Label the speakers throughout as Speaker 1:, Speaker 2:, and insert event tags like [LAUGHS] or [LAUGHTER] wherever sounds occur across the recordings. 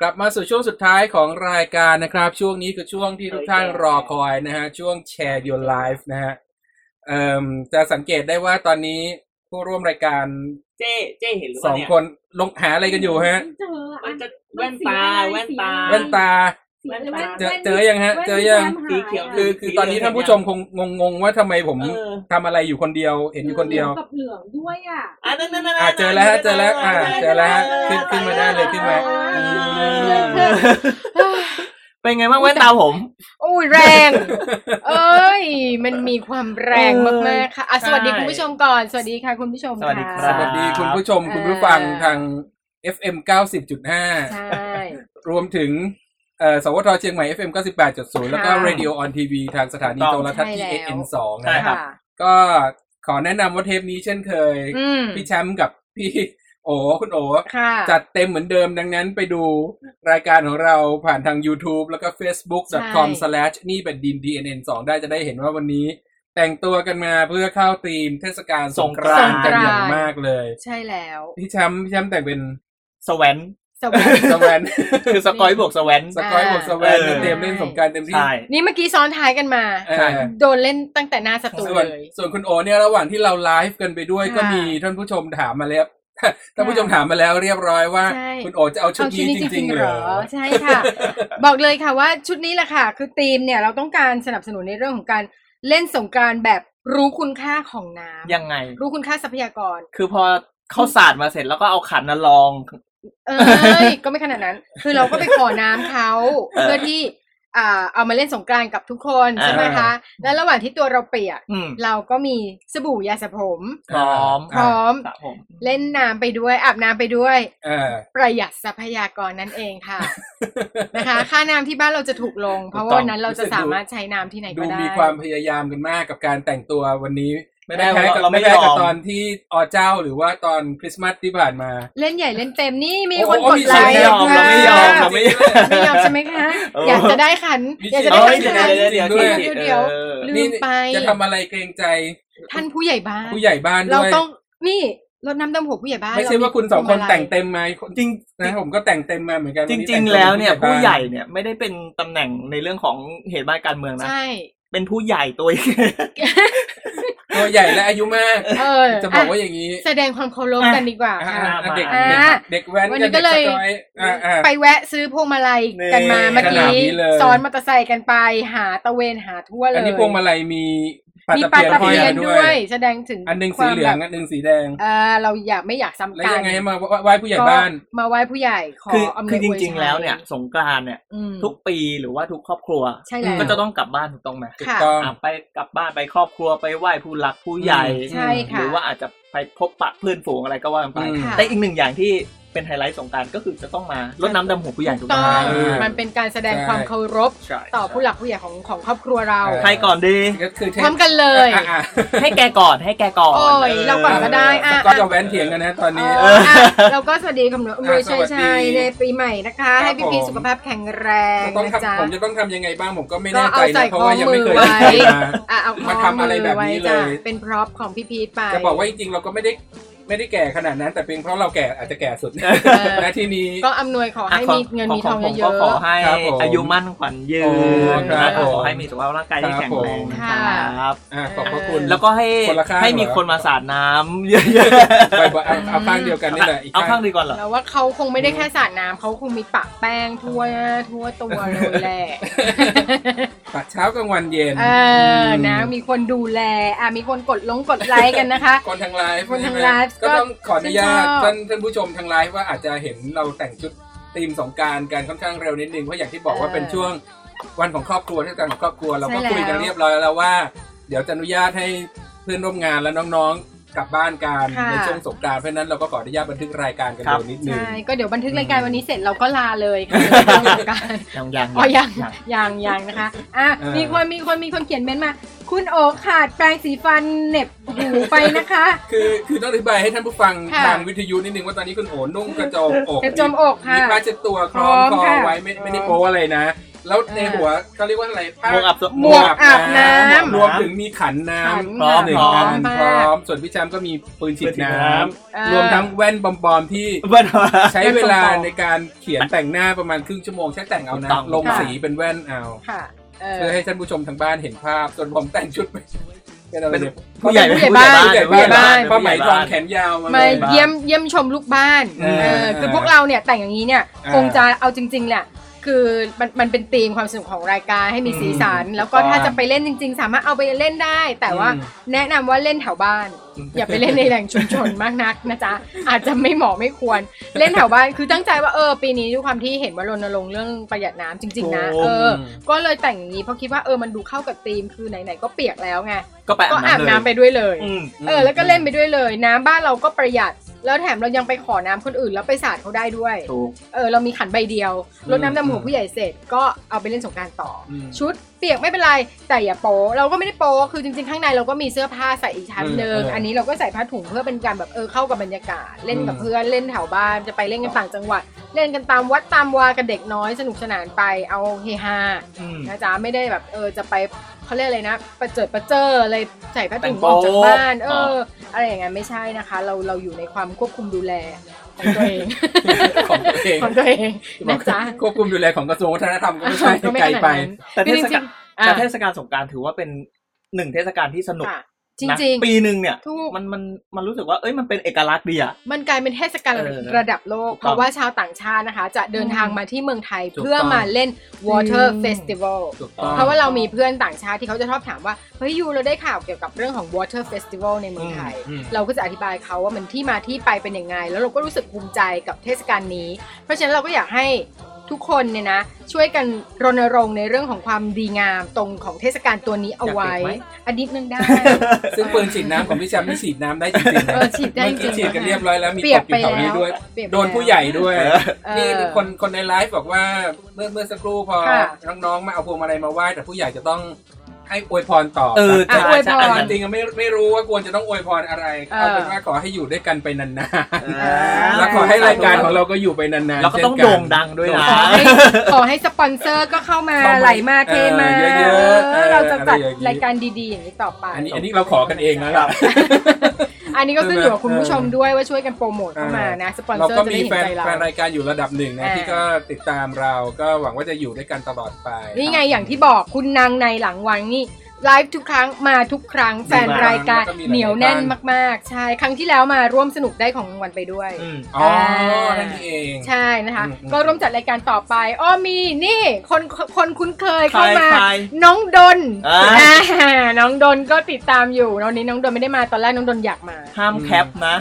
Speaker 1: กลับมาสู่ช่วงสุดท้ายของรายการนะครับ ช่วงนี้คือช่วงที่ทุกท่านรอคอยนะฮะ ช่วงแชร์ your life นะฮะเอ่มจะสังเกตได้ว่าตอนนี้ผู้ร่วมรายการ
Speaker 2: เจ๊เจ๊เห็นหรือ
Speaker 1: สอ
Speaker 2: เปล่าง เนี่ย
Speaker 1: คนลงหาอะไรกันอยู่ฮะ
Speaker 3: เจออะ
Speaker 2: มันจะแว่นตาแว่นตา
Speaker 1: แว่นตา
Speaker 3: สีอะไร
Speaker 2: แว่นตา
Speaker 1: เจอเจอยังฮะ เจอยัง
Speaker 2: สีเขียว
Speaker 1: คือคือตอนนี้ท่านผู้ชมคงงงๆว่าทำไมผม
Speaker 2: เออ
Speaker 1: ทำอะไรอยู่คนเดียว เห็นอยู่คนเดียว
Speaker 3: กับเหลืองด้วยอ่ะ
Speaker 2: อ่ะนั่นนั่นนั่น
Speaker 1: อ่ะเจอแล้วฮะเจอแล้วอ่ะเจอแล้วฮะขึ้นขึ้นมาได้เลยขึ้นมา
Speaker 2: เออเป็นไงบ้างแว่นตาผม
Speaker 4: โอ้ยแรง เอ้ย มันมีความแรงมากๆค่ะอ่ะ
Speaker 2: ใช่
Speaker 4: สวัสดีคุณผู้ชมก่อน สวัสดีค่ะคุณผู้ชม
Speaker 2: สวัสดีค
Speaker 1: ส
Speaker 2: รับ
Speaker 4: ค่ะ
Speaker 1: วัสดีคุณผู้ชมคุณผู้ฟังทาง FM
Speaker 4: ใช
Speaker 1: 90.5
Speaker 4: ่
Speaker 1: รวมถึงเอ่อสวทเชียงใหม่ FM 98.0 แล้วก็
Speaker 4: ค่ะ
Speaker 1: Radio on TV ทางสถานี
Speaker 2: ถูกต้
Speaker 1: โท
Speaker 2: อง
Speaker 1: รทัศน์
Speaker 4: ใช่แล้ว
Speaker 1: TN 2
Speaker 2: ใช่
Speaker 1: นะค
Speaker 2: ค
Speaker 1: รั
Speaker 2: รั
Speaker 1: บ
Speaker 2: บ
Speaker 4: ค่ะ
Speaker 1: ก็ขอแนะนำว่าเทปนี้เช่นเคย
Speaker 4: อืม
Speaker 1: พี่แชมป์กับพี่ โอคุณโอ
Speaker 4: ค่ะ
Speaker 1: จัดเต็มเหมือนเดิมดังนั้นไปดูรายการของเราผ่านทาง YouTube แล้วก็ facebook.com slash นี่เป็นดิน DNN 2ได้จะได้เห็นว่าวันนี้ แต่งตัวกันมาเพื่อเข้าธีมเทศกาลสงกรานต์กันอย่างมากเลย
Speaker 4: ใช่แล้ว
Speaker 1: พี่แชมป์พี่แชมป์แต่งเป็น
Speaker 2: สแวน
Speaker 4: สวัสดี
Speaker 1: สแวน
Speaker 2: คือสกอยบวกสแวน
Speaker 1: สกอยบวกสแวน
Speaker 2: เออ
Speaker 1: เต็มเล่นสงกรารเต็มที่
Speaker 2: ใช่
Speaker 4: นี่เมื่อกี้ซ้อนท้ายกันมา
Speaker 1: เออ
Speaker 2: ใช่
Speaker 4: โดนเล่นตั้งแต่หน้าสตู
Speaker 1: ส่วน
Speaker 4: เลย
Speaker 1: ส่วนคุณโอเนี่ยระหว่างที่เราไลฟ์กันไปด้วย
Speaker 4: ค่ะ
Speaker 1: ก็มีท่านผู้ชมถามมาแล้ว [LAUGHS] ท่านผู้ชมถามมาแล้วเรียบร้อยว่า
Speaker 4: ใช่
Speaker 1: คุณโอจะเอาชุด
Speaker 4: เอาชุด
Speaker 1: นี้
Speaker 4: นี้
Speaker 1: จ
Speaker 4: จ
Speaker 1: ริ
Speaker 4: ริ
Speaker 1: งๆ
Speaker 4: งๆ
Speaker 1: เห
Speaker 4: เห
Speaker 1: ร
Speaker 4: ร
Speaker 1: อ
Speaker 4: อ ใช่ค่ะ บอกเลยค่ะว่าชุดนี้แหละค่ะ คือธีมเนี่ยเราต้องการสนับสนุนในเรื่องของการเล่นสงกรานต์แบบรู้คุณค่าของน้ำ
Speaker 2: ยังไง
Speaker 4: รู้คุณค่าทรัพยากร
Speaker 2: คือพอเข้าศาสตร์มาเสร็จแล้วก็เอาขันน่ะลอง
Speaker 4: เอ้ย ก็ไม่ขนาดนั้น คือเราก็ไปขอน้ำเขา
Speaker 2: เออ
Speaker 4: เพื่อที่อ่าเอามาเล่นสงกรานต์กับทุกคน
Speaker 2: อ่า
Speaker 4: ใช่ไหมคะ แล้วระหว่างที่ตัวเราเปียก
Speaker 2: อืม
Speaker 4: เราก็มีสบู่ยาสระผม
Speaker 2: พร้อม
Speaker 4: พร้อม
Speaker 2: สระผม
Speaker 4: เล่นน้ำไปด้วยอาบน้ำไปด้วย
Speaker 1: เออ
Speaker 4: ประหยัดทรัพยากรนั่นเองค่ะ นะคะ ค่าน้ำที่บ้านเราจะถูกลง เพราะว่าวันนั้นเราจะสามารถใช้น้ำที่ไหน
Speaker 1: ดู
Speaker 4: ก็ได้
Speaker 1: มีความพยายามกันมากกับการแต่งตัววันนี้ ไม่ได้
Speaker 2: ไม่ได้
Speaker 1: แพ้กับ
Speaker 2: เราไม่
Speaker 1: ไม่ได้กับ
Speaker 2: ยอม
Speaker 1: ตอนที่อเจ้าหรือว่าตอนคริสต์มาสที่ผ่านมา
Speaker 4: เล่นใหญ่เล่นเต็มนี่มี
Speaker 1: โอ้
Speaker 4: คน
Speaker 1: โอ้
Speaker 4: กด
Speaker 1: มี
Speaker 4: ไล
Speaker 1: สอง
Speaker 4: ค์
Speaker 1: เดียว
Speaker 4: ค่ะ
Speaker 1: เราไม่ยอม
Speaker 2: เราไม่ยอม
Speaker 4: ไม่ยอมใช่ไหมคะ
Speaker 2: เอออ
Speaker 4: อยากจะได้ขัน อยากจะได้
Speaker 1: ม่
Speaker 2: เอ้
Speaker 4: ขั
Speaker 2: ย
Speaker 4: น
Speaker 1: ป็
Speaker 2: เดี๋ย
Speaker 1: น
Speaker 2: ว
Speaker 1: ไร
Speaker 4: ขัน
Speaker 2: เดี๋ยวเดี๋ยว
Speaker 1: จริง
Speaker 2: เดี๋ยวเดี๋ยวเออ
Speaker 4: ด้วยลื
Speaker 1: นี่
Speaker 4: มไป
Speaker 1: จะทำอะไรเกรงใจ
Speaker 4: ท่านผู้ใหญ่บ้าน
Speaker 1: ผู้ใหญ่บ้าน
Speaker 4: เรา
Speaker 1: ด้วย
Speaker 4: ต้องนี่รดน้ำดำหัวผู้ใหญ่บ้าน
Speaker 1: ไม่ใช่
Speaker 4: เร
Speaker 1: ว่าคุณสองคน
Speaker 4: พวงมาลัย
Speaker 1: แต่งเต็มมาคน
Speaker 2: จริง
Speaker 1: นะผมก็แต่งเต็มมาเหมือนกัน
Speaker 2: จ
Speaker 1: นนี้
Speaker 2: ริง
Speaker 1: ต่
Speaker 2: ๆ
Speaker 1: ตั
Speaker 2: แล้วเนี่ย
Speaker 1: ป็
Speaker 2: ผู้
Speaker 1: บ้า
Speaker 2: ใหญ่เนี่ยไม่ได้เป็นตำแหน่งในเรื่องของเหตุบ้านการเมืองนะ
Speaker 4: ใช่
Speaker 2: เป็นผู้ใหญ่ตัว
Speaker 1: ตัวใหญ่และอายุมาก
Speaker 4: เออ
Speaker 1: จะบอกว่า
Speaker 4: อ่
Speaker 1: อย่างนี้
Speaker 4: แสดงความเคารพกันดีกว่า
Speaker 1: อ่า
Speaker 4: ค่ะ
Speaker 2: อ่ะ
Speaker 1: เด็ก
Speaker 4: อ่
Speaker 1: เด็ก
Speaker 4: ะ
Speaker 1: เด็กแว้น
Speaker 4: วันนี้
Speaker 1: กับ
Speaker 4: ก็
Speaker 1: เด็กส
Speaker 4: เลย
Speaker 1: จอยอ่ะอ่ะ
Speaker 4: ไปแวะซื้อพวงมาลัยกันมาเมื่อ
Speaker 1: ขนาด
Speaker 4: กี้
Speaker 1: นี้เลย
Speaker 4: ซ้อนมอเตอร์ไซค์กันไปหาตะเวนหาทั่วเลย
Speaker 1: อันนี้พวงมาลัยมีปัต
Speaker 4: มี
Speaker 1: ตะ
Speaker 4: ปลา
Speaker 1: เพียนห้อ
Speaker 4: ตะ
Speaker 1: ยมา
Speaker 4: เพีย
Speaker 1: น ด้
Speaker 4: ด้
Speaker 1: ว
Speaker 4: วย
Speaker 1: ย
Speaker 4: แสดงถึง
Speaker 1: อันหนึ่ง
Speaker 4: ควา
Speaker 1: สี
Speaker 4: ม
Speaker 1: เหลือง
Speaker 4: แบบ
Speaker 1: อันหนึ่งสีแดง
Speaker 4: เออเราอยากไม่อยากซ้ำ
Speaker 1: แล้ว
Speaker 4: กัน
Speaker 1: ยังไงให้มาไหว้ผู้ใหญ่บ้าน
Speaker 4: ก็มาไหว้ผู้ใหญ่ขอ
Speaker 2: คือ
Speaker 4: อำนวย
Speaker 2: คือจ
Speaker 4: วย
Speaker 2: ริง
Speaker 4: ชั
Speaker 2: ๆ แล้วเนี่ย สงกรานต์เนี่ย
Speaker 4: อืม
Speaker 2: ทุกปีหรือว่าทุกครอบครัว
Speaker 4: ใช่แล้ว
Speaker 2: ก็จะต้องกลับบ้านถูกต้องไหม
Speaker 1: ถูก
Speaker 4: ค่ะ
Speaker 1: ต้อง
Speaker 2: อ่ะไปกลับบ้านไปครอบครัวไปไหว้ผู้หลักผู้ใหญ่
Speaker 4: ใช่ค่ะ
Speaker 2: หรือว่าอาจจะไปพบปะเพื่อนฝูงอะไรก็ว่ากันไป
Speaker 1: อืม
Speaker 4: ค่ะ
Speaker 2: แต่อีกหนึ่งอย่างที่เป็นไฮไลท์สงกรารก็คือจะต้องมารดน้ำดำหัวผู้ใหญ่ถูกไหม
Speaker 4: ต้อง
Speaker 1: เออ
Speaker 4: มันเป็นการแสดง
Speaker 1: ใช่
Speaker 4: ความเคารพ
Speaker 2: ใช่
Speaker 4: ต่อผู้หลักผู้ใหญ่ของของครอบครัวเรา
Speaker 1: เอ
Speaker 2: ใครก่อนดี
Speaker 1: ก็คือเท
Speaker 4: พร้อมกันเลย
Speaker 1: อ่ะอ่ะ
Speaker 2: ให้แกก่อนให้แกก่อน
Speaker 4: โอ้ยเราก่อนก็ได้ อ่ะ
Speaker 1: ก็จะแว้นเถียงกันนะตอนนี้
Speaker 4: เอออ่ะเราก็สวัสดีคำนวณรวย
Speaker 1: ส
Speaker 4: ชัย
Speaker 1: วัสดี
Speaker 4: ชัยในปีใหม่นะ
Speaker 1: ค
Speaker 4: คะ
Speaker 1: รับ
Speaker 4: ให้พี่พี
Speaker 1: ผม
Speaker 4: สุขภาพแข็งแรง
Speaker 1: ต้อง
Speaker 4: นะ
Speaker 1: ทำ
Speaker 4: จ๊ะ
Speaker 1: ผมจะต้องทำยังไงบ้างผมก็ไม่
Speaker 4: ก็
Speaker 1: แน่ใจ
Speaker 4: เอาใส่
Speaker 1: นะเพราะว่ายังไม่เคย
Speaker 4: ข้อมือไว้
Speaker 1: ทำมา
Speaker 4: อ่ะเอา
Speaker 1: มาทำอะไรแบบนี้เลย
Speaker 4: ข้อมือไว้จ้ะเป็นพร็อพของพี่พีทไป
Speaker 1: จะบอกว่าจริงๆเราก็ไม่ได้ไม่ได้แก่ขนาดนั้น แต่เพียงเพราะเราแก่อาจจะแก่สุด
Speaker 4: อ
Speaker 1: นะที่นี้
Speaker 4: ก็อำนวยขอให้
Speaker 2: ะข
Speaker 4: มีเงินมีทอง
Speaker 2: ผม
Speaker 4: เย
Speaker 2: ก็
Speaker 4: อะ
Speaker 2: ขอให้
Speaker 1: ครับผม
Speaker 2: อายุมั่นขวัญยืน
Speaker 1: โอ้ครับ
Speaker 2: นะ
Speaker 1: ผม
Speaker 2: ขอให้มีสุขภาพร่างกายที่แข็งแรงนะ
Speaker 1: ค
Speaker 2: ค
Speaker 1: รั
Speaker 4: บ
Speaker 2: รับ
Speaker 1: อ่ะขอบพระคุณ
Speaker 2: แล้วก็ให้
Speaker 1: คนละข้าง
Speaker 2: ให้มี
Speaker 1: เหรอ
Speaker 2: คนมาสาดน้ำเยอะ
Speaker 1: ไปๆเอาเอาข้างเดียวกันนี่แหละอี
Speaker 2: ๆ
Speaker 1: ก
Speaker 2: เอาข้า
Speaker 1: ข้าง ง
Speaker 2: ดีก่อนเหรอ
Speaker 4: เราว่าเขาคงไม่ได้แค่สาดน้ำเขาคงมีปะแป้งทั่วทั่วตัวเลยแหละ
Speaker 1: ปัดเช้ากลางวันเย็น
Speaker 4: เออนะมีคนดูแล อ่ะมีคนกดลงกดไลค์กันนะคะ
Speaker 1: คนทางไลฟ์
Speaker 4: คนทางไลฟ์
Speaker 1: ก็ต้องขออนุญาต
Speaker 4: ชื่นชอบ
Speaker 1: ท่านท่านผู้ชมทางไลฟ์ว่าอาจจะเห็นเราแต่งชุดธีมสงกรารกันค่อนข้างเร็วนิดนึงเพราะอย่างที่บอกว่าเป็นช่วงวันของครอบครัวเทศกาลของครอบครัวเราก็คุยกันเรียบร้อยแล้วว่า เดี๋ยวจะอนุญาตให้เพื่อนร่วมงานและน้องๆกลับบ้านกัน
Speaker 4: ค่ะ
Speaker 1: ในช่วงสงกรารเพราะฉะนั้นเราก็ขออนุญาตบันทึกรายการกัน
Speaker 2: ครับ
Speaker 1: เร็วนิดนึง
Speaker 4: ใช่ ก็เดี๋ยวบันทึกรายการวันนี้เสร็จเราก็ลาเลย
Speaker 1: [LAUGHS]
Speaker 4: ค่ะเรื่องของการ
Speaker 2: ยังยัง
Speaker 4: อ๋อยัง
Speaker 2: ยัง
Speaker 4: ยังยังนะคะ อ่ะ
Speaker 1: เออ
Speaker 4: มีคนมีคนมีคนเขียนเม้นต์มา คุณโอขาดแปรงสีฟันเหน็บหูไปนะคะ
Speaker 1: [LAUGHS] คือคือต้องอธิบายให้ท่านผู้ฟัง
Speaker 4: ค่ะ
Speaker 1: ทางวิทยุนิดนึงว่าตอนนี้คุณโอนุ่งกระโจมอก
Speaker 4: กระจมอกค่ะ
Speaker 1: มีผ้าเช็ดตัวคล้อง
Speaker 4: พร้อ
Speaker 1: ค
Speaker 4: ม
Speaker 1: อ
Speaker 4: ค่ะ
Speaker 1: ไว้ไม่ไม่ได้โป๊อะไรนะ แล้วในหัวเขาเรียกว่าอะไรผ้า
Speaker 2: หมวกอับ
Speaker 4: หมวกอาบน้ำ
Speaker 1: รวม ถึงมีขันน้
Speaker 4: ขัน
Speaker 2: พร้อม
Speaker 1: ำหนึ่ง
Speaker 4: พร้อ
Speaker 1: อั
Speaker 4: ม
Speaker 1: นพ
Speaker 4: มา
Speaker 1: ร้อก ม ส่วนพี่แชมป์ก็มีปืนฉีดน้
Speaker 4: เออ
Speaker 1: ำรวมทั้งแว่นบอมๆที่
Speaker 2: เบิ้ลมา
Speaker 1: ใช้
Speaker 4: แว่น
Speaker 1: เวลา
Speaker 4: ปลอมๆ
Speaker 1: ในการเขียนแต่งหน้าประมาณครึ่งชั่วโมงใช้แต่งเอานะ
Speaker 2: ต้อง
Speaker 1: ลงสีเป็นแว่นเอา
Speaker 4: ค่ะเออ
Speaker 1: เพื่อให้ท่านผู้ชมทางบ้านเห็นภาพ ส่วนผมแต่งชุดเป็นเป็นอะไรเนี่ย
Speaker 2: ผู้ใหญ่
Speaker 4: ผู้ใหญ่บ้าน
Speaker 1: ผู้ใหญ่
Speaker 2: ผู้ใหญ่บ้าน
Speaker 1: ผ้าไหมทองแขนยาวมา
Speaker 4: มา
Speaker 1: เลย
Speaker 4: เยี่ยมเยี่ยมชมลูกบ้าน
Speaker 1: อืม
Speaker 4: เออคือพวกเราเนี่ยแต่งอย่างนี้เนี่ย
Speaker 1: อ่า
Speaker 4: คงจะเอาจริงๆแหละคือมันมันเป็นธีมความสนุกของรายการให้มีสีสัน
Speaker 2: อืม
Speaker 4: แล้วก็
Speaker 2: ถูกต้อง
Speaker 4: ถ้าจะไปเล่นจริง ๆ สามารถเอาไปเล่นได้ แต่ว่า
Speaker 1: อืม
Speaker 4: แนะนำว่าเล่นแถวบ้าน อย่าไปเล่นในแหล่งชุมชนมากนักนะจ๊ะอาจจะไม่เหมาะไม่ควรเล่นแถวบ้านคือตั้งใจว่าเออปีนี้ด้วยความที่เห็นว่ารณรงค์เรื่องประหยัดน้ำจริง ๆ นะเออก็เลยแต่งอย่างนี้เพราะคิดว่าเออมันดูเข้ากับธีมคือไหนๆก็เปียกแล้วไง
Speaker 2: ก็ไป
Speaker 4: ก็
Speaker 2: อา
Speaker 4: อา
Speaker 2: บบ น้ำเลย
Speaker 4: น้ำไปด้วยเลย
Speaker 2: อืม
Speaker 4: เออแล้วก็เล่นไปด้วยเลยน้ำบ้านเราก็ประหยัด แล้วแถมเรายังไปขอน้ำคนอื่นแล้วไปสาดเขาได้ด้วย
Speaker 2: ถูก
Speaker 4: เออเรามีขันใบเดียวรดน้ำดำหัว
Speaker 1: อืม
Speaker 4: ผู้ใหญ่เสร็จก็เอาไปเล่นสงกรารต่ออ
Speaker 1: ม
Speaker 4: ชุดเปียกไม่เป็นไรแต่อย่าโป๊เราก็ไม่ได้โป๊คือจริงๆข้างในเราก็มีเสื้อผ้าใส่อีกชั้นหนึ่ง
Speaker 1: เออเอออั
Speaker 4: อันนี้เราก็ใส่ผ้าถุงเพื่อเป็นการแบบเออเข้ากับบรรยากาศ เล่นกับ
Speaker 1: อืม
Speaker 4: เพื่อนเล่นแถวบ้านจะไปเล่นกันต่างจังหวัด เล่นกันตามวัดตามวากับเด็กน้อยสนุกสนานไปเอาเฮฮา นะจ๊ะไม่ได้แบบเออจะไปเขาเรียกอะไรนะ ประเจิดประเจออะไรใส่ผ้า
Speaker 2: แต่
Speaker 4: ถุ
Speaker 2: ง
Speaker 4: ง
Speaker 2: โป๊
Speaker 4: ออกจากบ้าน เอ
Speaker 2: อ๋
Speaker 4: อ
Speaker 2: อ
Speaker 4: อะไรอย่างเงี้ยไม่ใช่นะคะ เราเราอยู่ในความควบคุมดูแลของตัวเอง
Speaker 1: ของตัวเอง
Speaker 4: ของตัวเองนะจ๊ะ
Speaker 1: ควบคุมดูแลของกระทรวงวัฒนธรรมก็ไม่
Speaker 4: [LAUGHS]
Speaker 1: ใช่
Speaker 4: ก็ม่
Speaker 1: ไกล
Speaker 4: ขนาด
Speaker 1: ไป
Speaker 4: นั้น
Speaker 2: แต่เท
Speaker 4: คือจ
Speaker 2: ศ
Speaker 4: ริ
Speaker 2: กาง ล
Speaker 4: ๆอ่ะ
Speaker 2: แต่เทศกาลสงกรารถือว่าเป็นหนึ่งเทศกาลที่สนุก
Speaker 4: ค่ะจ
Speaker 2: นะ
Speaker 4: ริง
Speaker 2: ปีหนึ่งเนี่ย
Speaker 4: ๆทุก
Speaker 2: มันมันมันรู้สึกว่าเอ้ยมันเป็นเอกลักษณ์ดีอะ
Speaker 4: มันกลายเป็นเทศกาล
Speaker 2: เออ
Speaker 4: ระดับโลก
Speaker 2: ถูกต้อง
Speaker 4: เพราะว่าชาวต่างชาตินะคะ จะเดินทางมาที่เมืองไทย
Speaker 1: ถูกต้อง
Speaker 4: เพื่อมาเล่น Water
Speaker 2: อืม
Speaker 4: Festival
Speaker 1: ถูกต้อง
Speaker 4: เพราะว่าเรามีเพื่อนต่างชาติที่เขาจะชอบถามว่า เฮ้ยยูเราได้ข่าวเกี่ยวกับเรื่องของ Water Festival ในเมืองไทย
Speaker 1: อืมอืม
Speaker 4: เราก็จะอธิบายเขาว่ามันที่มาที่ไปเป็นยังไง แล้วเราก็รู้สึกภูมิใจกับเทศกาลนี้ เพราะฉะนั้นเราก็อยากให้ทุกคนเนี่ยนะ ช่วยกันรณรงค์ในเรื่องของความดีงามตรงของเทศกาลตัวนี้เอาไว้
Speaker 2: อยากติดไหม
Speaker 4: อันนิดนึงได้
Speaker 1: ซึ่งปืนฉีดน้ำของพี่แชมป์นี่ฉีดน้ำได้จริงๆนะ
Speaker 4: เออฉีดได้
Speaker 1: เมื่อ
Speaker 4: จริ
Speaker 1: กี้ฉีด
Speaker 4: งๆ
Speaker 1: กันเรียบร้อยแล้วมี
Speaker 4: เปีย
Speaker 1: ต
Speaker 4: ก
Speaker 1: กอ
Speaker 4: ไป
Speaker 1: ยู่แถวนี้
Speaker 4: แล้ว
Speaker 1: ด้วย
Speaker 4: เปียกไป
Speaker 1: โดนผู้ใหญ่ด้วย
Speaker 2: เออ
Speaker 4: เออ
Speaker 1: นี่คนคนในไลฟ์บอกว่าเมื่อเมื่อสักครู่พอ
Speaker 4: ค่ะ
Speaker 1: น้องๆมาเอาพวงมาลัยมาไหว้แต่ผู้ใหญ่จะต้องให้อวยพรต่อ
Speaker 2: เออ
Speaker 1: แต่
Speaker 2: ใช่
Speaker 4: อวยพร
Speaker 2: ใช่
Speaker 1: แต่
Speaker 2: อั
Speaker 1: จ
Speaker 2: นนั้น
Speaker 1: ริงๆอะไม่ไม่รู้ว่าควรจะต้องอวยพรอะไร
Speaker 4: เออ
Speaker 1: เอาเป็นว่าขอให้อยู่ด้วยกันไปนาน
Speaker 2: อ่า
Speaker 1: ๆแล้วขอให้รายการของเราก็อยู่ไปนานๆ
Speaker 2: แล้วก็ต้อง
Speaker 1: เช่นน
Speaker 2: โด่งดังด้วยนะ
Speaker 4: ขอให้ขอให้สปอนเซอร์ก็เข้ามา
Speaker 1: เข้ามา
Speaker 4: ไหลมาเทมา
Speaker 1: เออเยอะๆ
Speaker 4: เออ
Speaker 1: เออ
Speaker 4: เราจะจัด
Speaker 1: อะไรอย่างนี้
Speaker 4: รายการดีๆอย่างนี้ต่อไป
Speaker 1: อันนี้อันนี้เราขอกันเองนะครับ
Speaker 4: อันนี้ก็ขึ้นอยู่กับคุณผู้ชมด้วยว่าช่วยกันโปรโมทเข้ามานะ สปอน
Speaker 1: เรา
Speaker 4: เซอ
Speaker 1: ก็
Speaker 4: ร์จะ
Speaker 1: มี
Speaker 4: ได้เห็
Speaker 1: แฟน
Speaker 4: นใจเรา
Speaker 1: แฟนรายการอยู่ระดับหนึ่งนะ
Speaker 4: อ่า
Speaker 1: ที่ก็ติดตามเราก็หวังว่าจะอยู่ด้วยกันตลอดไป
Speaker 4: นี่ไงอย่างที่บอกคุณนางในหลังวังนี่ไลฟ์ทุกครั้งมาทุกครั้งแฟนรายการเหนียวแน่นมากๆ ใช่ครั้งที่แล้วมาร่วมสนุกได้ของรางวัลไปด้วย
Speaker 2: อืม
Speaker 1: อ๋ออา นั่นนี่เอง
Speaker 4: ใช่นะคะ
Speaker 1: อืมอืม
Speaker 4: ก็ร่วมจัดรายการต่อไปอ้อมีนี่คนคนคุ้นเคยเข้ามา
Speaker 2: ใครใคร
Speaker 4: น้องดน
Speaker 2: อ่า
Speaker 4: อ่าน้องดนก็ติดตามอยู่ตอนนี้น้องดนไม่ได้มาตอนแรกน้องดนอยากมา
Speaker 2: ห้ามแคปนะ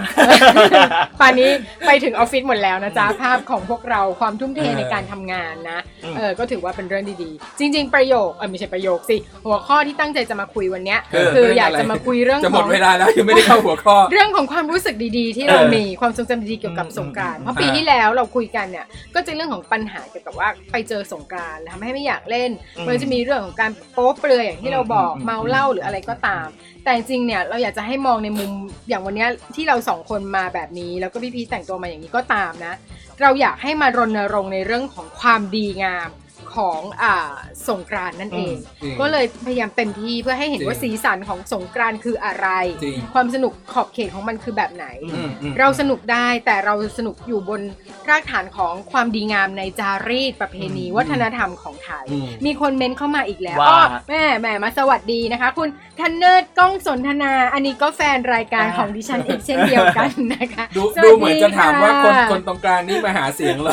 Speaker 4: ป่านนี้ไปถึงออฟฟิศหมดแล้วนะจ๊ะ ภาพของพวกเราความทุ่มเทในการทำงานนะ
Speaker 2: อืม
Speaker 4: เออ ก็ถือว่าเป็นเรื่องดีๆ จริง ๆ ประโยค เออไม่ใช่ประโยคสิ หัวข้อที่ตั้งใจจะมาคุยวันเนี้ย
Speaker 1: เออ
Speaker 4: คือ
Speaker 1: เรื่ง
Speaker 4: อยากจะมาคุยเรื่อง
Speaker 1: จะ
Speaker 4: ข
Speaker 1: หม
Speaker 4: อ
Speaker 1: ด
Speaker 4: ง
Speaker 1: เวลาแล้วยังไม่ได้เข้าหัวข้อ
Speaker 4: เรื่องของความรู้สึกดีๆ ที่เรา
Speaker 2: เออ
Speaker 4: มีความทรงจำดีๆเกี่ยวกับ
Speaker 2: อืม
Speaker 4: สงกราร
Speaker 2: อืม
Speaker 4: เพราะปี
Speaker 1: อ่า
Speaker 4: ที่แล้วเราคุยกันเนี่ย ก็จะเรื่องของปัญหาเกี่ยวกับว่าไปเจอสงกรารทำให้ไม่อยากเล่น
Speaker 2: อืม
Speaker 4: มันจะมีเรื่องของการโป๊เปลือยอย่างที่เราบอก
Speaker 2: อืม
Speaker 4: เมาเหล้าหรืออะไรก็ตาม แต่จริงๆเนี่ยเราอยากจะให้มองในมุมอย่างวันเนี้ยที่เราสองคนมาแบบนี้ แล้วก็พี่พีชแต่งตัวมาอย่างนี้ก็ตามนะ เราอยากให้มารณรงค์ในเรื่องของความดีงามของอ่าสงกรานต์นั่นเอง
Speaker 1: จริง
Speaker 4: ก็เลยพยายามเต็มที่เพื่อให้เห็น
Speaker 1: จริง
Speaker 4: ว่าสีสันของสงกรานต์คืออะไร
Speaker 1: จริง
Speaker 4: ความสนุกขอบเขตของมันคือแบบไหน
Speaker 1: อืมอืม
Speaker 4: เราสนุกได้แต่เราสนุกอยู่บนรากฐานของความดีงามในจารีตประเพณี
Speaker 1: อืม
Speaker 4: วัฒนธรรมของไทย
Speaker 1: อืม
Speaker 4: มีคนเม้นเข้ามาอีกแล้ว
Speaker 2: ว่า
Speaker 4: อ้อแม่แม่มาสวัสดีนะคะ คุณทันเนิร์ดกล้องสนทนา อันนี้ก็แฟนรายการของดิฉันอีกเช่นเดียวกันนะคะ
Speaker 1: ดู
Speaker 4: สวัส
Speaker 1: ดูเหมือนจะถามว่าคน
Speaker 4: ค่ะ
Speaker 1: คนตรงกลางนี่มาหาเสียงเรา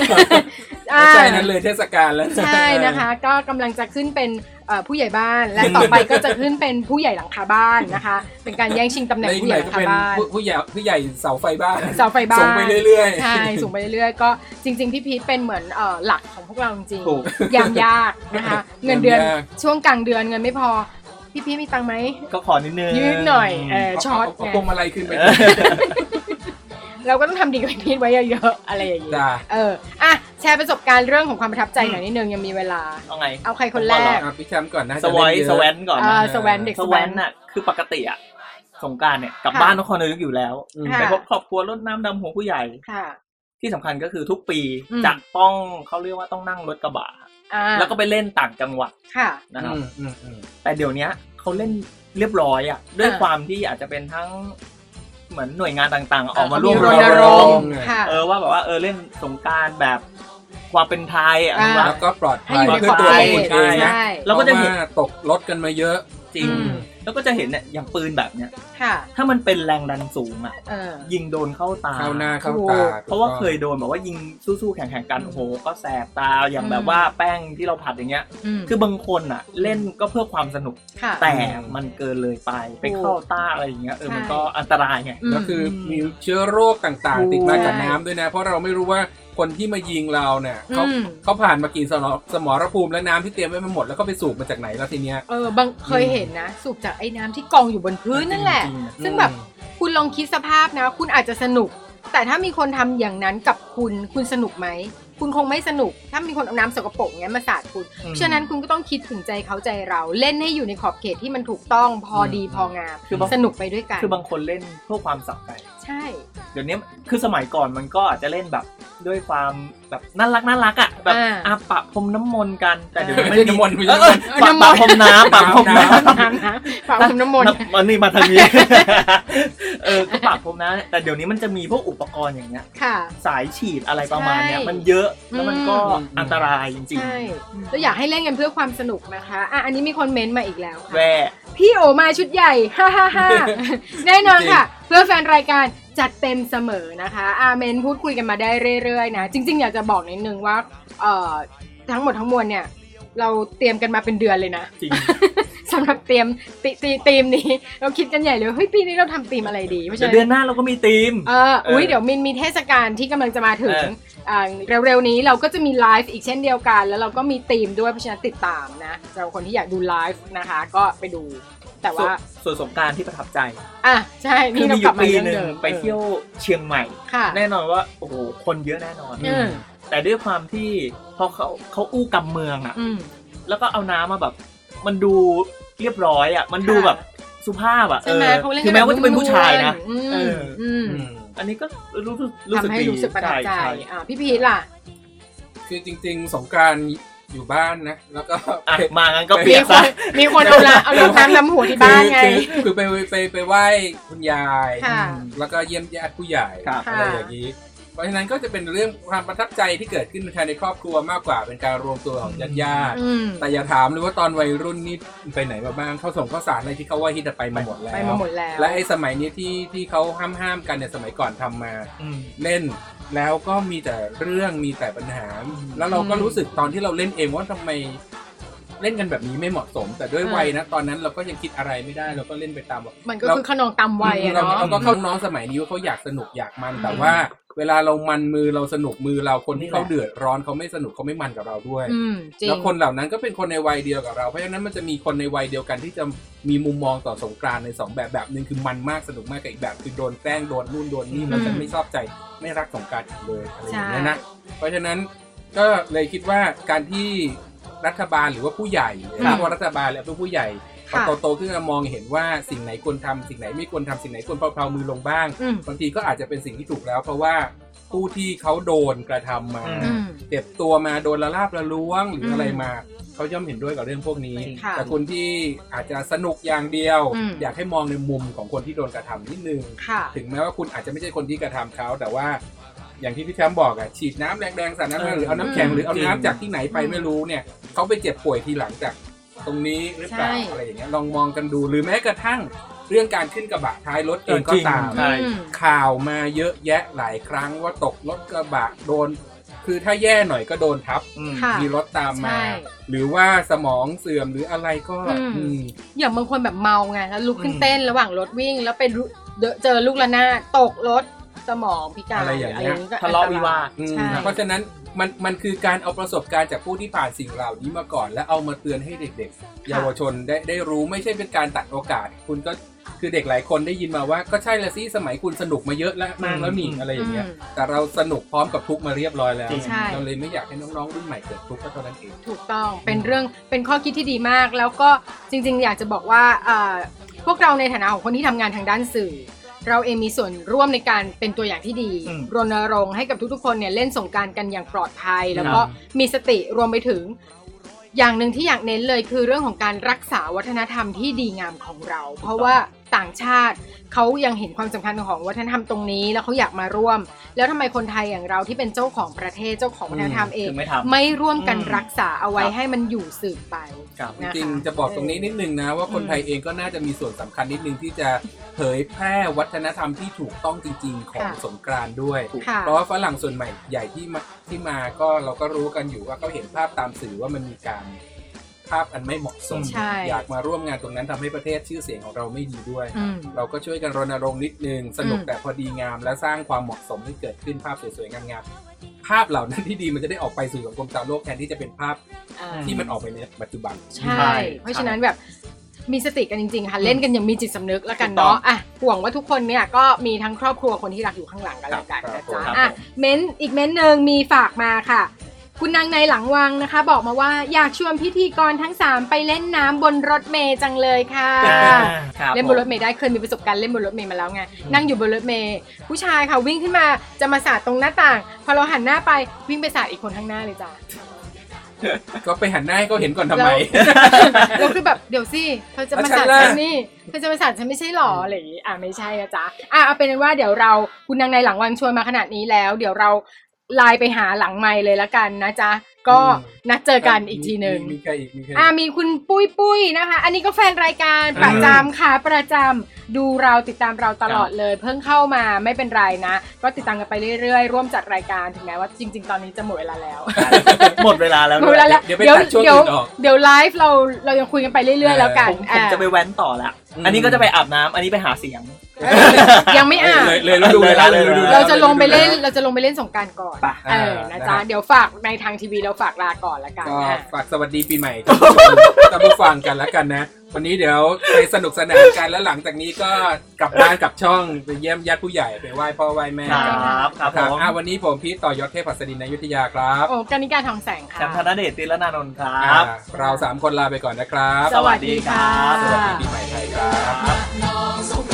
Speaker 4: อ่า
Speaker 1: ไม่ใช่นั้นเลยเทศกาลแล้ว
Speaker 4: ใช่นะคะ ก็กำลังจะขึ้นเป็นเอ่อผู้ใหญ่บ้านและต่อไปก็จะขึ้นเป็นผู้ใหญ่หลังคาบ้านนะคะ เป็นการแย่งชิงตำแหน่
Speaker 1: แล้
Speaker 4: ง
Speaker 1: วอีก
Speaker 4: ผู้
Speaker 1: ห
Speaker 4: ให
Speaker 1: น่
Speaker 4: ญ่
Speaker 1: อย
Speaker 4: ห
Speaker 1: ก็เป็น
Speaker 4: ลังคาบ้าน
Speaker 1: ผู้ผู้ใหญ่ผู้ใหญ่เสาไฟบ้าน
Speaker 4: เสาไฟบ้าน
Speaker 1: ส่งไปเรื่อยๆ
Speaker 4: ใช่สูงไปเรื่อยๆ ก็จริง ๆ พี่พีทเป็นเหมือนเอ่อหลักของพวกเราจริง
Speaker 2: ถูก
Speaker 4: ๆยามยากนะคะ
Speaker 1: [LAUGHS]
Speaker 4: เงินเดือนช่วงกลางเดือนเงินไม่พอ พี่พีทมีตังค์ไหม
Speaker 2: ก็ขอนิดนึง
Speaker 4: ยืดหน่อยเออช็อต
Speaker 1: เาเา
Speaker 4: ไง
Speaker 1: พวงมาลัยขึ้นไป
Speaker 2: เออ
Speaker 4: เราก็ต้องทำดีกับพี่พีทไว้เยอะๆ อะไรอย่างเงี้ย
Speaker 1: จ้า
Speaker 4: เอออ่ะแชร์ประสบการณ์เรื่องของความประทับใจหน่อยนิดนึงยังมีเวลา
Speaker 2: เอาไง
Speaker 4: เอาใครคนแรก
Speaker 1: อ่ะพี่แชมป์ก่อนนะ
Speaker 2: ส
Speaker 1: จะ
Speaker 2: ว
Speaker 1: เล่
Speaker 2: อย
Speaker 1: นเยอะ
Speaker 2: สแวนก่อน
Speaker 4: เอ
Speaker 2: นะ
Speaker 4: อสแวนเด็ก
Speaker 2: ส
Speaker 4: ส
Speaker 2: แว
Speaker 4: แวน น
Speaker 2: น่ะคือปกติอะสงกรารเนี่ยกลับ
Speaker 4: ค่ะ
Speaker 2: บ้านนครนายกอยู่แล้ว
Speaker 1: อืม
Speaker 4: ค่ะ
Speaker 2: ไปพบครอบครัวรดน้ำดำหัวผู้ใหญ่
Speaker 4: ค่ะ
Speaker 2: ที่สำคัญก็คือทุกปี
Speaker 4: อืม
Speaker 2: จะต้องเขาเรียกว่าต้องนั่งรถกระบะ
Speaker 4: อ่า
Speaker 2: แล้วก็ไปเล่นต่างจังหวัด
Speaker 4: ค่ะ
Speaker 2: นะครับ
Speaker 1: อืมอืมอืม
Speaker 2: แต่เดี๋ยวเนี้ย เขาเล่นเรียบร้อยอ่ะด้วย
Speaker 4: อ่า
Speaker 2: ความที่อาจจะเป็นทั้งเหมือนหน่วยงานต่างๆ ออกมาร่
Speaker 4: มี
Speaker 2: วม
Speaker 4: ร
Speaker 2: ร
Speaker 4: ณ
Speaker 2: ณ
Speaker 4: ร
Speaker 2: รง ง
Speaker 4: ค์
Speaker 2: ค์
Speaker 4: ค่ะ
Speaker 2: เออว่าแบบว่าเออเล่นสงกรารแบบความเป็นไทยอะ
Speaker 4: อ่า
Speaker 2: แล้
Speaker 1: แล้ว วก็ปลอด
Speaker 4: ให้
Speaker 1: ภั
Speaker 4: อย ยู่ใน
Speaker 1: เพื่
Speaker 4: ข
Speaker 1: อ
Speaker 4: อบ
Speaker 1: ตัว
Speaker 4: เข
Speaker 1: เอ
Speaker 4: ต
Speaker 1: งเองนะ
Speaker 4: ใช่
Speaker 2: เราก็จะเห็น
Speaker 1: พราว่าตกรถกันมาเยอะ
Speaker 2: จริง
Speaker 4: อืม
Speaker 2: แล้วก็จะเห็นเนี่ยอย่างปืนแบบเนี้ย
Speaker 4: ค่ะ
Speaker 2: ถ้ามันเป็นแรงดันสูงอ่ะ
Speaker 4: เออ
Speaker 2: ยิงโดนเข้าตา
Speaker 1: เข้าหน้าเข้าตา
Speaker 2: เพราะว่าเคยโดนแบบว่ายิงสู้ๆแข่งๆกันโอ้โหก็แสบตาอย่าง
Speaker 4: อืม
Speaker 2: แบบว่าแป้งที่เราผัดอย่างเงี้ย
Speaker 4: ม
Speaker 2: คือบางคนอ่ะ เล่นก็เพื่อความสนุก
Speaker 4: ค่ะ
Speaker 2: แต่มันเกินเลยไปไปเข้าตาอะไรอย่างเงี้ยเออ
Speaker 4: ใช่
Speaker 2: มันก็อันตรายไง
Speaker 4: ม
Speaker 1: แล้วคือมีเชื้อโรคต่าง
Speaker 2: ถูก
Speaker 1: ๆ ติดมากับ
Speaker 4: ใช่
Speaker 1: น้ำด้วยนะ เพราะเราไม่รู้ว่าคนที่มายิงเราเนี่ยเขา
Speaker 4: อืม
Speaker 1: เขาผ่านมากี่สมรสมรภูมิและน้ำที่เตรียมไว้มันหมดแล้วก็ไปสูบมาจากไหนแล้วทีเนี้ย
Speaker 4: เออบางเคยเห็นนะ สูบจากไอ้น้ำที่กองอยู่บนพื้นนั่นแหละ
Speaker 2: จริงๆอะ
Speaker 4: ซึ่งแบบคุณลองคิดสภาพนะ คุณอาจจะสนุก แต่ถ้ามีคนทำอย่างนั้นกับคุณคุณสนุกไหม คุณคงไม่สนุก ถ้ามีคนเอาน้ำสกปรกเงี้ยมาสาดคุณ
Speaker 2: อืม
Speaker 4: ฉะนั้นคุณก็ต้องคิดถึงใจเขาใจเราเล่นให้อยู่ในขอบเขตที่มันถูกต้องพอดีพองาม
Speaker 2: คือบาง
Speaker 4: สนุกไปด้วยกัน
Speaker 2: คือบางคนเล่นเพื่อความสับใจ
Speaker 4: ใช่ [LAUGHS]
Speaker 2: เดี๋ยวนี้คือสมัยก่อนมันก็อาจจะเล่นแบบด้วยความแบบน่ารักน่ารักอ่ะแบบ
Speaker 4: อ่า
Speaker 2: อาปะพรมน้ำมนต์กันแต่เดี๋ยว
Speaker 1: ไม่
Speaker 2: ไม่
Speaker 1: ใช่
Speaker 2: มี
Speaker 1: น้ำมนต์ไม่ใช่
Speaker 2: เออเออปะ
Speaker 4: น้ำม
Speaker 2: ปะ
Speaker 4: นต์
Speaker 2: พรมน้ำปะพรมน้ำ
Speaker 4: น้ำนะฝากคุณน้ำมนต์
Speaker 2: มันนี่มาทางนี้ [LAUGHS] เออก็ปากผมนะ แต่เดี๋ยวนี้มันจะมีพวกอุปกรณ์อย่างเงี้ย
Speaker 4: ค่ะ
Speaker 2: สายฉีดอะไรประมาณเนี้ย
Speaker 4: ใช่
Speaker 2: มันเยอะ แล้วมันก็
Speaker 1: อืม
Speaker 2: อันตรายจริง
Speaker 4: ใช่ แล้วอยากให้เล่นกันเพื่อความสนุกนะคะอ่ะอันนี้มีคนเมนต์มาอีกแล้ว
Speaker 2: ๆ
Speaker 4: ค่ะ
Speaker 2: แว่
Speaker 4: พี่โอมาชุดใหญ่ ฮ่าฮ่า
Speaker 2: [LAUGHS]
Speaker 4: ฮ่าแน่นอนค่ะ เพื่อแฟนรายการจัดเต็มเสมอนะคะ อาเมนพูดคุยกันมาได้เรื่อยๆนะ จริง ๆ อยากจะบอกนิดนึงว่าเอ่อทั้งหมดทั้งมวลเนี่ย เราเตรียมกันมาเป็นเดือนเลยนะ
Speaker 2: จริง
Speaker 4: สำหรับเตรียมตีตีตีมนี้ เราคิดกันใหญ่เลยเฮ้ยปีนี้เราทำตีมอะไรดีเพราะฉะ
Speaker 2: เดี๋ยว
Speaker 4: นั้
Speaker 2: เดือน
Speaker 4: น
Speaker 2: หน้าเราก็มีธีม
Speaker 4: เอ
Speaker 2: [LAUGHS]
Speaker 4: ออุ้ย
Speaker 2: เออ
Speaker 4: เดี๋ยวมินมีเทศกาลที่กำลังจะมาถึง
Speaker 2: เออ
Speaker 4: อ่าเร็วๆนี้เราก็จะมีไลฟ์อีกเช่นเดียวกัน แล้วเราก็มีตีมด้วยเพราะฉะนั้นติดตามนะสำหรับคนที่อยากดูไลฟ์นะคะ ก็ไปดู แต่
Speaker 2: ส่วน
Speaker 4: ว่า
Speaker 2: ส่วนสงกรารที่ประทับใจ
Speaker 4: อ่ะใช่
Speaker 2: คือ
Speaker 4: นี่เรา
Speaker 2: มีอก
Speaker 4: ลับ
Speaker 2: ยู่
Speaker 4: มา
Speaker 2: ปี
Speaker 4: เรื่อง
Speaker 2: หนึ่ง
Speaker 4: เดิม
Speaker 2: ไปเที่ยวเชียงใหม่
Speaker 4: ค่ะ
Speaker 2: แน่นอนว่า โอ้โห คนเยอะแน่นอน
Speaker 4: เออ
Speaker 2: แต่ด้วยความที่พอเขาเขาอู้กำเมืองอ่ะ
Speaker 4: อืม
Speaker 2: แล้วก็เอาน้ำมาแบบ มันดูเรียบร้อยอ่ะ มันดูแบบสุภาพอ่ะ เอ
Speaker 4: ใช่ไหม
Speaker 2: อ
Speaker 4: เขาเล่น
Speaker 2: ถึงแม้ว่าจะเป็นผู้ชายนะ
Speaker 4: อืม
Speaker 2: เออ
Speaker 4: อืม
Speaker 1: อืม
Speaker 2: อันนี้ก็รู้สึกรู้สึก
Speaker 4: ทำให้
Speaker 2: ดี
Speaker 4: รู้สึกประทับใจ
Speaker 2: ช่ช่
Speaker 4: อ่ะพี่พีทล่ะ
Speaker 1: คือจริง ๆ สงกรารอยู่บ้านนะ แล้วก็
Speaker 2: อ่ะมางั้นก็
Speaker 1: ไป
Speaker 2: เปี
Speaker 4: มี
Speaker 2: ยก
Speaker 4: ค
Speaker 2: ซะ
Speaker 4: นมีคนเอาละเอาลงน้ำดำหัวที่บ้าน
Speaker 2: [LAUGHS]
Speaker 4: ไง
Speaker 1: คือคือคือไปไปไปไหว้คุณยาย
Speaker 4: ค่ะ
Speaker 1: แล้วก็เยี่ยมญาติผู้ใหญ่
Speaker 2: ครับ
Speaker 1: อะไรอย่างนี้ เพราะฉะนั้นก็จะเป็นเรื่องความประทับใจที่เกิดขึ้นภายในครอบครัวมากกว่าเป็นการรวมตัวของญาติญาติ
Speaker 4: อืม
Speaker 1: แต่อย่าถามเลยว่าตอนวัยรุ่นนี่ไปไหนมาบ้างเข้าส่งข้าวสารอะไรที่เขาว่าฮิตอะไปมาหมดแล้
Speaker 4: ไป
Speaker 1: ว
Speaker 4: มาหมดแล้ว
Speaker 1: และไอ้สมัยนี้ที่ที่เขาห้ามห้ามๆกันเนี่ยสมัยก่อนทำมา
Speaker 2: อืม
Speaker 1: เล่นแล้วก็มีแต่เรื่องมีแต่ปัญหา
Speaker 2: อืม
Speaker 1: แล้วเราก็
Speaker 4: อืม
Speaker 1: รู้สึกตอนที่เราเล่นเองว่าทำไมเล่นกันแบบนี้ไม่เหมาะสม แต่ด้วย
Speaker 4: อ่า
Speaker 1: วัยนะตอนนั้นเราก็ยังคิดอะไรไม่ได้เราก็เล่นไปตามแบบ
Speaker 4: มันก็
Speaker 1: เรา
Speaker 4: คือขนองตามวัยอะ
Speaker 1: เรา
Speaker 4: เนาะ
Speaker 1: เราก็เข้าน้องสมัยนี้ว่าเขาอยากสนุกอยากมัน แต่
Speaker 4: อืม
Speaker 1: ว่า เวลาเรามันมือเราสนุกมือเราคนที่เขาเดือดร้อนเขาไม่สนุกเขาไม่มันกับเราด้วย
Speaker 4: อืมจริง
Speaker 1: แล้วคนเหล่านั้นก็เป็นคนในวัยเดียวกับเรา เพราะฉะนั้นมันจะมีคนในวัยเดียวกันที่จะมีมุมมองต่อสงกรานต์ในสองแบบแบบหนึ่งคือมันมากสนุกมากกับอีกแบบ คือโดนแกล้งโดนนู่นโดนนี่
Speaker 2: อืม
Speaker 1: เราจะไม่ชอบใจไม่รักสงกรานต์อีกเลยอะไรอย่างเงี้ยนะ
Speaker 4: ใช่
Speaker 1: เพราะฉะนั้นก็เลยคิดว่าการที่รัฐบาลหรือว่าผู้ใหญ่หรือว่ารัฐบาลและผู้ใหญ่พอ
Speaker 4: ค่ะ
Speaker 1: โตๆขึ้นมามองเห็นว่าสิ่งไหนควรทำสิ่งไหนไม่ควรทำสิ่งไหนควรเพลาๆมือลงบ้าง
Speaker 4: อืม
Speaker 1: บางทีก็อาจจะเป็นสิ่งที่ถูกแล้ว เพราะว่าผู้ที่เขาโดนกระทำมา
Speaker 4: อืม
Speaker 1: เจ็บตัวมาโดนละลาบละล้วงหรืออะไร
Speaker 4: อืม
Speaker 1: มา เขาย่อมเห็นด้วยกับเรื่องพวกนี้
Speaker 4: ค่ะ
Speaker 1: แต่คนที่อาจจะสนุกอย่างเดียว
Speaker 4: อืม
Speaker 1: อยากให้มองในมุมของคนที่โดนกระทำนิดนึง
Speaker 4: ค่ะ
Speaker 1: ถึงแม้ว่าคุณอาจจะไม่ใช่คนที่กระทำเขาแต่ว่า อย่างที่พี่แชมป์บอกอะฉีดน้ำแรงๆสาดน้ำแรงๆหรือเอาน้ำแข็ง
Speaker 2: อืม
Speaker 1: หรือเอาน้ำ
Speaker 2: จริง
Speaker 1: จากที่ไหนไป
Speaker 4: อืม
Speaker 1: ไม่รู้เนี่ยเขาไปเจ็บป่วยทีหลังจากตรงนี้หรือเปล่า
Speaker 4: ใช่
Speaker 1: อะไรอย่างเงี้ยลองมองกันดูหรือแม้กระทั่งเรื่องการขึ้นกระบะท้ายรถเองก็ตาม
Speaker 2: ใช่
Speaker 4: อืม
Speaker 1: ข่าวมาเยอะแยะหลายครั้งว่าตกรถกระบะโดน คือถ้าแย่หน่อยก็โดนทับ
Speaker 2: อืม
Speaker 4: ค่ะ
Speaker 1: มีรถตามมา
Speaker 4: ใช่
Speaker 1: หรือว่าสมองเสื่อมหรืออะไรก็
Speaker 4: อืม
Speaker 1: อืม
Speaker 4: อย่างบางคนแบบเมาไงแล้วลุกขึ้น
Speaker 2: อืม
Speaker 4: เต้นระหว่างรถวิ่ง แล้วไปรู้เจอลูกระนาดตกรถสมองพิการ
Speaker 1: อะไรอย่างเงี้ย
Speaker 4: ก็
Speaker 2: ทะเลาะ
Speaker 4: อันตย
Speaker 2: วิวาท
Speaker 1: อืม
Speaker 4: ใช่
Speaker 1: เพราะฉะนั้นมันมันคือการเอาประสบการณ์จากผู้ที่ผ่านสิ่งเหล่านี้มาก่อน และเอามาเตือนให้เด็กๆ เยาวชนได้ได้รู้ไม่ใช่เป็นการตัดโอกาส คุณก็คือเด็กหลายคนได้ยินมาว่าก็ใช่ละสิสมัยคุณสนุกมาเยอะแล้วมากแล้วนี่
Speaker 2: อืม
Speaker 1: อะไรอย่างเงี้ย
Speaker 4: อืม
Speaker 1: แต่เราสนุกพร้อมกับทุกข์มาเรียบร้อยแล้ว
Speaker 2: จริง
Speaker 4: ใช่
Speaker 1: เราเลยไม่อยากให้น้องๆรุ่นใหม่เกิดทุกข์ก็เท่านั้นเอง
Speaker 4: ถูกต้องเป็นเรื่องเป็นข้อคิดที่ดีมาก แล้วก็จริงๆ อยากจะบอกว่าเอ่อพวกเราในฐานะของคนที่ทำงานทางด้านสื่อ เราเองมีส่วนร่วมในการเป็นตัวอย่างที่ดี
Speaker 2: อืม
Speaker 4: รณรงค์ให้กับทุกๆคนเนี่ยเล่นสงกรารกันอย่างปลอดภัย แล้วก็มีสติรวมไปถึง อย่างหนึ่งที่อยากเน้นเลยคือเรื่องของการรักษาวัฒนธรรมที่ดีงามของเรา เพราะว่าต่างชาติเขายังเห็นความสำคัญของวัฒนธรรมตรงนี้ แล้วเขาอยากมาร่วม แล้วทำไมคนไทยอย่างเราที่เป็นเจ้าของประเทศเจ้าของวัฒนธรรมเอง
Speaker 2: ถึงไม่ทำ
Speaker 4: ไม่ร่วมกัน
Speaker 2: อืม
Speaker 4: รักษาเอาไว้
Speaker 2: ครับ
Speaker 4: ให้มันอยู่สืบไป
Speaker 2: ครับ
Speaker 1: จ
Speaker 4: นะคะ
Speaker 1: ริงๆจะบอกตรงนี้นิดนึงนะ ว่าคนไทยเองก็น่าจะมีส่วนสำคัญนิดนึงที่จะเผยแพร่วัฒนธรรมที่ถูกต้องจริง ๆ ของ
Speaker 4: ค่ะ
Speaker 1: สงกรานต์ด้วย
Speaker 4: ค่ะ
Speaker 1: เพราะว่าฝรั่งส่วนใหม่ใหญ่ที่มาที่มาก็เราก็รู้กันอยู่ว่าก็เห็นภาพตามสื่อว่ามันมีการภาพอันไม่เหมาะสม
Speaker 4: ใช่
Speaker 1: อยากมาร่วมงานตรงนั้นทำให้ประเทศชื่อเสียงของเราไม่ดีด้วย
Speaker 4: อืม
Speaker 1: เราก็ช่วยกันรณรงค์นิดนึง สนุก
Speaker 4: อืม
Speaker 1: แต่พอดีงาม และสร้างความเหมาะสมให้เกิดขึ้นภาพสวยๆงามๆภาพเหล่านั้นที่ดีมันจะได้ออกไปสู่สังคมตามโลกแทนที่จะเป็นภาพ
Speaker 4: อ่า
Speaker 1: ที่มันออกไปในปัจจุบัน
Speaker 4: ใช่
Speaker 2: ใช่
Speaker 4: เพราะฉะนั้นแบบมีสติกันจริงๆค่ะเล่นกันอย่างมีจิตสำนึกแล้วกัน
Speaker 2: ถูกต้อ
Speaker 4: เนาะ
Speaker 2: ง
Speaker 4: อ่ะห่วงว่าทุกคนเนี่ยก็มีทั้งครอบครัวคนที่รักอยู่ข้างหลังกันแล้วกัน
Speaker 1: ครั
Speaker 4: นะ
Speaker 1: บ
Speaker 4: จ๊ะ
Speaker 1: ครับ
Speaker 4: อ่ะเม้นต์อีกเม้นต์หนึ่งมีฝากมาค่ะ คุณนางในหลังวังนะคะ บอกมาว่าอยากชวนพิธีกรทั้ง 3 ไปเล่นน้ำบนรถเมย์จังเลยค่ะ
Speaker 2: าครับ
Speaker 4: เล่นบนรถเมย์ได้เคยมีประสบการณ์เล่นบนรถเมย์มาแล้วไง
Speaker 2: อืม
Speaker 4: นั่งอยู่บนรถเมย์ผู้ชายค่ะวิ่งขึ้นมาจะมาสาดตรงหน้าต่าง พอเราหันหน้าไปวิ่งไปสาดอีกคนข้างหน้าเลยจ้ะ
Speaker 1: ก็ไปหันหน้าให้เขาเห็นก่อนทำไม
Speaker 4: เราคือแบบเดี๋ยวสิเธอจะมาสาด
Speaker 1: แล้วฉันล่ะ
Speaker 4: ฉันนี่เธอจะมาสาดฉันไม่ใช่หรออะไรอย่างงี้อ่ะไม่ใช่นะจ๊ะอ่ะเอาเป็นว่าเดี๋ยวเราคุณนางในหลังวังชวนมาขนาดนี้แล้ว เดี๋ยวเราไลน์ไปหาหลังไมค์เลยละกันนะจ๊ะก็นัดเจอกันอีกทีหนึ่ง
Speaker 1: มีมีใครอีกมีใคร
Speaker 4: อ่า
Speaker 1: อีก
Speaker 4: มีคุณปุ้ยปุ้ยนะคะ อันนี้ก็แฟนรายการประจำค่ะประจำดูเราติดตามเราตลอดเลย เพิ่งเข้ามาไม่เป็นไรนะ ก็ติดตามกันไปเรื่อยๆ ร่วมจัดรายการถึงแม้ว่าจริง ๆ ตอนนี้จะหมดเวลาแล้ว
Speaker 2: หมดเวลาแล้ว
Speaker 4: หมดเวลาแล้ว
Speaker 1: เดี๋ยวไปตัดช่วงอื่
Speaker 4: เดี๋ยวน
Speaker 1: ออก
Speaker 4: เดี๋ยวไลฟ์เราเรายังคุยกันไปเรื่อย ๆ แล้วกัน
Speaker 2: ผมผมจะไป
Speaker 4: อ่ะ
Speaker 2: แว้นต่อละ
Speaker 1: อืม
Speaker 2: อันนี้ก็จะไปอาบน้ำอันนี้ไปหาเสียง
Speaker 4: ยังไม่อ่าน
Speaker 1: เลยเลยเราดูเวลาเลยดูว
Speaker 4: เราจะลงไปเล่นเราจะลงไปเล่นสงกรารก่อน
Speaker 2: ไป
Speaker 4: เออนะจ๊ะเดี๋ยวฝากในทางทีวีเราฝากลาก่อนละกัน
Speaker 1: ก็
Speaker 4: อ่ะ
Speaker 1: ฝากสวัสดีปีใหม่กับท่านผู้ฟังกันแล้วกันนะ วันนี้เดี๋ยวไปสนุกสนานกันแล้วหลังจากนี้ก็กลับบ้านกลับช่องไปเยี่ยมญาติผู้ใหญ่ไปไหว้พ่อไหว้แม่
Speaker 2: คร
Speaker 1: กันั
Speaker 2: บครับ
Speaker 1: ค
Speaker 2: ผ
Speaker 1: รับ
Speaker 2: ม
Speaker 1: อ่ะวันนี้ผมพีทต่อยศเทพหัสดินนายุทธยาครับ
Speaker 4: โอ้กันิการทองแสงค่ะ
Speaker 2: จำธนเดชตีละนานนท์ครั
Speaker 1: อ่ะ
Speaker 2: บ
Speaker 1: เราสามคนลาไปก่อนนะครับ
Speaker 4: สวัสดีค่ะ
Speaker 1: สวัสดีปีใหม่ไทยครับ
Speaker 3: น้องสง